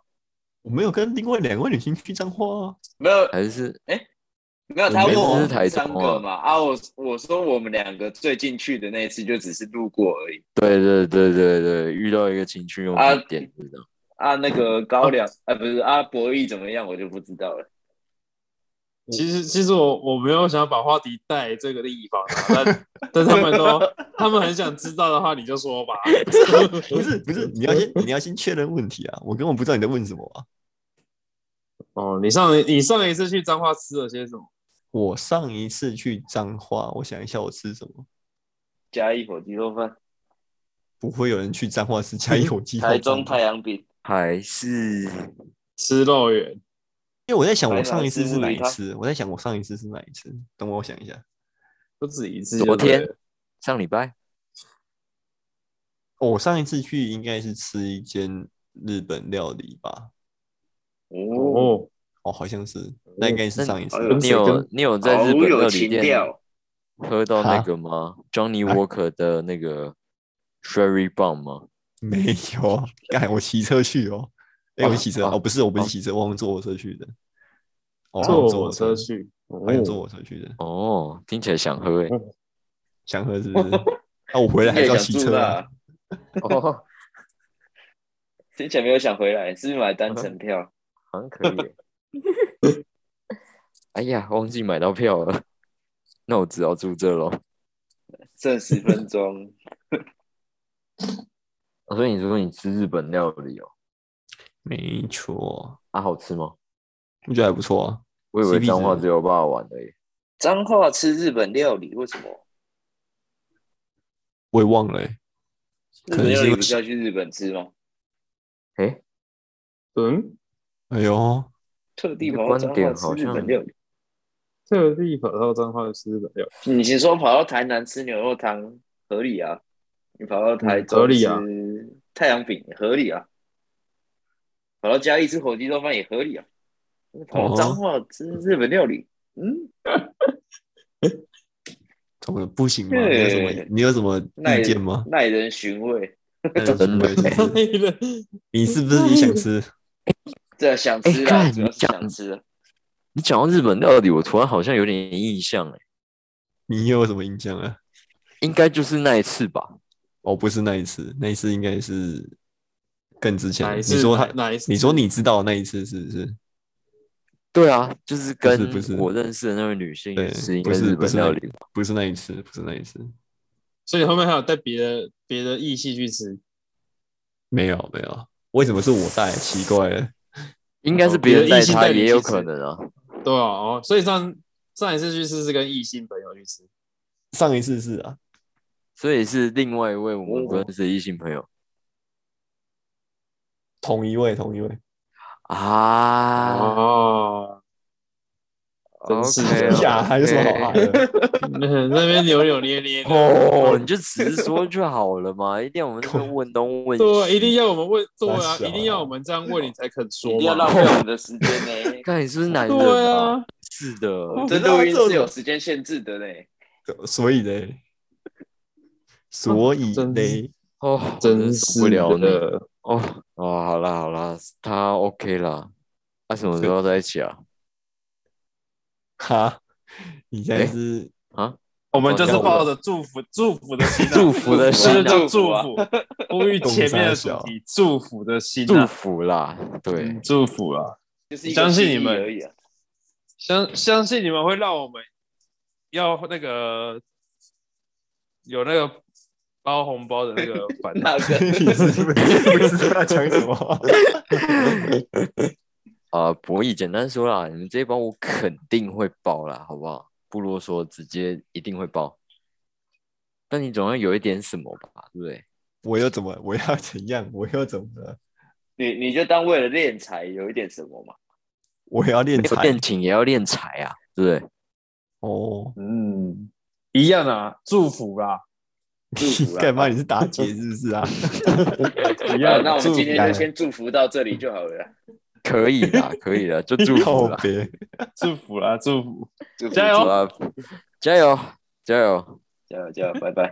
Speaker 4: 我没有跟另外两位女性去彰化啊。
Speaker 2: 没有
Speaker 3: 还是
Speaker 2: 没有，
Speaker 3: 你
Speaker 2: 他
Speaker 4: 们
Speaker 2: 问我
Speaker 4: 这是
Speaker 2: 们
Speaker 3: 台中
Speaker 2: 三
Speaker 3: 啊
Speaker 2: 个嘛啊，我我说我们两个最近去的那一次就只是路过而已
Speaker 3: 对对对对对，遇到一个情趣用
Speaker 2: 啊
Speaker 3: 品店是这样。
Speaker 2: 啊。那个高粱
Speaker 3: 哦
Speaker 2: 啊，不是啊，博弈怎么样我就不知道了。
Speaker 1: 其实其实我我没有想要把话题带这个地方啊， 但但他们都他们很想知道的话，你就说吧。
Speaker 4: 不是不是，你要先你要先确认问题啊！我根本不知道你在问什么啊！
Speaker 1: 哦，你上你上一次去彰化吃了些什么？
Speaker 4: 我上一次去彰化，我想一下我吃什么，
Speaker 2: 嘉义火鸡肉饭，
Speaker 4: 不会有人去彰化吃嘉义火鸡肉
Speaker 2: 台
Speaker 4: 饭
Speaker 2: 中
Speaker 4: 吧
Speaker 2: 太阳饼，
Speaker 3: 还是
Speaker 1: 吃肉圆，
Speaker 4: 因为我在想
Speaker 2: 台
Speaker 4: 我
Speaker 2: 南
Speaker 4: 上一次
Speaker 2: 吃
Speaker 4: 是
Speaker 2: 乌
Speaker 4: 哪
Speaker 2: 鱼
Speaker 4: 一
Speaker 2: 汤
Speaker 4: 次，我在想我上一次是哪一次，等我想一下。
Speaker 1: 不止一次。
Speaker 3: 昨天，上礼拜
Speaker 4: 哦我上一次去应该是吃一间日本料理吧？
Speaker 2: 哦，
Speaker 1: 哦，
Speaker 4: 哦，好像是，嗯那应该是上一次
Speaker 2: 哎。呦
Speaker 3: 你有你有在日
Speaker 2: 好
Speaker 3: 本料
Speaker 2: 有
Speaker 3: 理
Speaker 2: 情
Speaker 3: 店
Speaker 2: 调，
Speaker 3: 喝到那
Speaker 4: 哈
Speaker 3: 个吗？Johnny
Speaker 4: 啊
Speaker 3: Walker 的那个 Sherry Bomb 吗？
Speaker 4: 没有啊，干我骑车去哦。哎，我骑车
Speaker 3: 啊
Speaker 4: 哦，不是，我不
Speaker 3: 啊
Speaker 4: 是骑车，我好像坐火车去的。哦，好像
Speaker 1: 坐
Speaker 4: 坐
Speaker 1: 火
Speaker 4: 火
Speaker 1: 车
Speaker 4: 车，
Speaker 1: 去。
Speaker 4: 好像坐火车去的。
Speaker 3: 哦，听起来想喝诶、
Speaker 4: 想喝是不是？啊，我回来还是要骑车啊。
Speaker 3: 哦，
Speaker 2: 听起来没有想回来，是不是买单程 票？
Speaker 3: 好像可以欸、 哎呀，忘记买到票了， 那我只好住这喽。
Speaker 2: 剩十分钟，
Speaker 3: 哦所以你说你吃日本料理哦，
Speaker 4: 没错，
Speaker 3: 啊，好吃吗？
Speaker 4: 我觉得还不错啊。
Speaker 3: 我以为
Speaker 4: CP 值
Speaker 3: 彰化只有爸爸玩而已。
Speaker 2: 彰化吃日本料理为什么？
Speaker 4: 我也忘了、欸，
Speaker 2: 日
Speaker 4: 可能
Speaker 2: 本料
Speaker 4: 是因
Speaker 2: 理
Speaker 4: 为
Speaker 2: 不是要去日本吃吗？
Speaker 3: 哎、
Speaker 1: 嗯，
Speaker 4: 哎呦，
Speaker 2: 特地
Speaker 3: 你的
Speaker 2: 跑到
Speaker 3: 观
Speaker 2: 彰
Speaker 3: 点
Speaker 2: 化吃
Speaker 3: 好
Speaker 2: 日
Speaker 3: 像
Speaker 2: 本料理。
Speaker 1: 这个地方到彰化吃的料，
Speaker 2: 你先说跑到台南吃牛肉汤合理啊，你跑到台
Speaker 1: 嗯合
Speaker 2: 中
Speaker 1: 理啊
Speaker 2: 吃太阳饼合理啊，跑到嘉义吃火鸡肉饭也合理啊，跑到彰化吃日本料理，嗯，
Speaker 4: 怎么不行吗？你有
Speaker 2: 对
Speaker 4: 什么你有什么
Speaker 2: 耐
Speaker 4: 意见吗？
Speaker 2: 耐人寻味。
Speaker 3: 真的
Speaker 4: 哎
Speaker 1: 累了，
Speaker 4: 你是不是也想吃？
Speaker 2: 这想吃啊
Speaker 3: 哎干
Speaker 2: 啦，主要是
Speaker 3: 你讲
Speaker 2: 想吃了。啊
Speaker 3: 你讲到日本料理，我突然好像有点印象哎，
Speaker 4: 你又有什么印象啊？
Speaker 3: 应该就是那一次吧？
Speaker 4: 哦，不是那一次，那一次应该是更之前
Speaker 1: 哪
Speaker 4: 的。
Speaker 1: 一次？
Speaker 4: 你说他，
Speaker 1: 哪一次？
Speaker 4: 你说你知道的那一次是不是？
Speaker 3: 对啊，就是
Speaker 4: 不是
Speaker 3: 跟
Speaker 4: 不是
Speaker 3: 我认识的那位女性
Speaker 4: 对
Speaker 3: 吃一
Speaker 4: 不
Speaker 3: 个
Speaker 4: 是
Speaker 3: 日
Speaker 4: 不
Speaker 3: 本
Speaker 4: 是
Speaker 3: 料
Speaker 4: 那
Speaker 3: 理吧，
Speaker 4: 不是那一次，不是那一次，
Speaker 1: 所以你后面还有带别的别的义气去吃，
Speaker 4: 没有没有。为什么是我带？奇怪了，
Speaker 3: 应该是
Speaker 1: 哦
Speaker 3: 别
Speaker 1: 别
Speaker 3: 人
Speaker 1: 的
Speaker 3: 带
Speaker 1: 异性
Speaker 3: 她
Speaker 1: 带你
Speaker 3: 也
Speaker 1: 去
Speaker 3: 有
Speaker 1: 吃
Speaker 3: 可能啊。
Speaker 1: 对啊，哦，所以上上一次去吃是跟异性朋友去吃，
Speaker 4: 上一次是啊，
Speaker 3: 所以是另外一位我们不
Speaker 2: 哦
Speaker 3: 认识的异性朋友
Speaker 4: 同一位，同一位。
Speaker 3: 啊。
Speaker 1: 哦，真是的
Speaker 3: OK，OK
Speaker 4: 呀，还有啊哎什么好爱的？
Speaker 1: 那那边扭扭捏 捏的，
Speaker 3: 哦，你就只是说就好了嘛，一定要我们这边问东问西。。
Speaker 1: 对，一定要我们问，对
Speaker 4: 傻
Speaker 1: 啊，
Speaker 4: 小
Speaker 1: 一定要我们这样问你才肯
Speaker 2: 一
Speaker 1: 说
Speaker 2: 定要浪
Speaker 1: 嘛，
Speaker 2: 费我们的时间呢
Speaker 3: 看你是不是男人
Speaker 1: 对
Speaker 3: 啊？
Speaker 1: 啊，
Speaker 3: 是的，哦
Speaker 4: 我
Speaker 2: 这
Speaker 4: 知道
Speaker 2: 录音
Speaker 4: 这种
Speaker 2: 是有时间限制的呢。
Speaker 4: 所以嘞，哦所以
Speaker 1: 真
Speaker 4: 嘞，
Speaker 3: 哦，
Speaker 1: 真
Speaker 3: 受
Speaker 1: 是
Speaker 3: 不了你
Speaker 1: 的。
Speaker 3: 哦哦，好啦好啦，他 OK 啦，他什么时候在一起啊？
Speaker 4: 哈，你现在
Speaker 3: 哎
Speaker 4: 是
Speaker 3: 啊，
Speaker 1: 我们就是
Speaker 4: 要我
Speaker 1: 抱着祝福、祝福的心啊、
Speaker 3: 祝福的
Speaker 1: 是
Speaker 3: 心
Speaker 2: 啊
Speaker 1: 就祝福，呼吁前面的主题，祝福的心、
Speaker 3: 祝
Speaker 1: 啊，
Speaker 3: 福啦，对
Speaker 1: 嗯，祝福啊！
Speaker 2: 就是一个
Speaker 1: 相信你们
Speaker 2: 记忆而已啊。
Speaker 1: 相相信你们会让我们要那个有那个包红包的那个烦恼。
Speaker 2: 那个
Speaker 4: 你是不是不知道讲什么？
Speaker 3: 啊，博弈简单说啦，你们这一包我肯定会包啦，好不好？不啰嗦，直接一定会包。但你总要有一点什么吧，对不对？
Speaker 4: 我又怎么？我要怎样？我又怎么了？
Speaker 2: 你你就当为了练财有一点什么嘛？
Speaker 4: 我要练
Speaker 3: 没有
Speaker 4: 财
Speaker 3: 恋情也要练财啊，对不对？
Speaker 4: 哦！
Speaker 1: 嗯， 一样啊，祝福啦，
Speaker 2: 祝福啊
Speaker 4: 干嘛？你是打劫是不是 啊？
Speaker 1: 一
Speaker 2: 好
Speaker 1: 样。
Speaker 2: 那我们
Speaker 1: 祝福
Speaker 2: 今天就先祝福到这里就好了啦。
Speaker 3: 可以啦，可以啦， 就祝
Speaker 4: 靠
Speaker 3: 福啦，
Speaker 4: 别
Speaker 1: 祝福啦，祝福。
Speaker 2: 祝福
Speaker 1: 加油
Speaker 3: 好啦加油，加油！
Speaker 2: 加油加油，拜拜。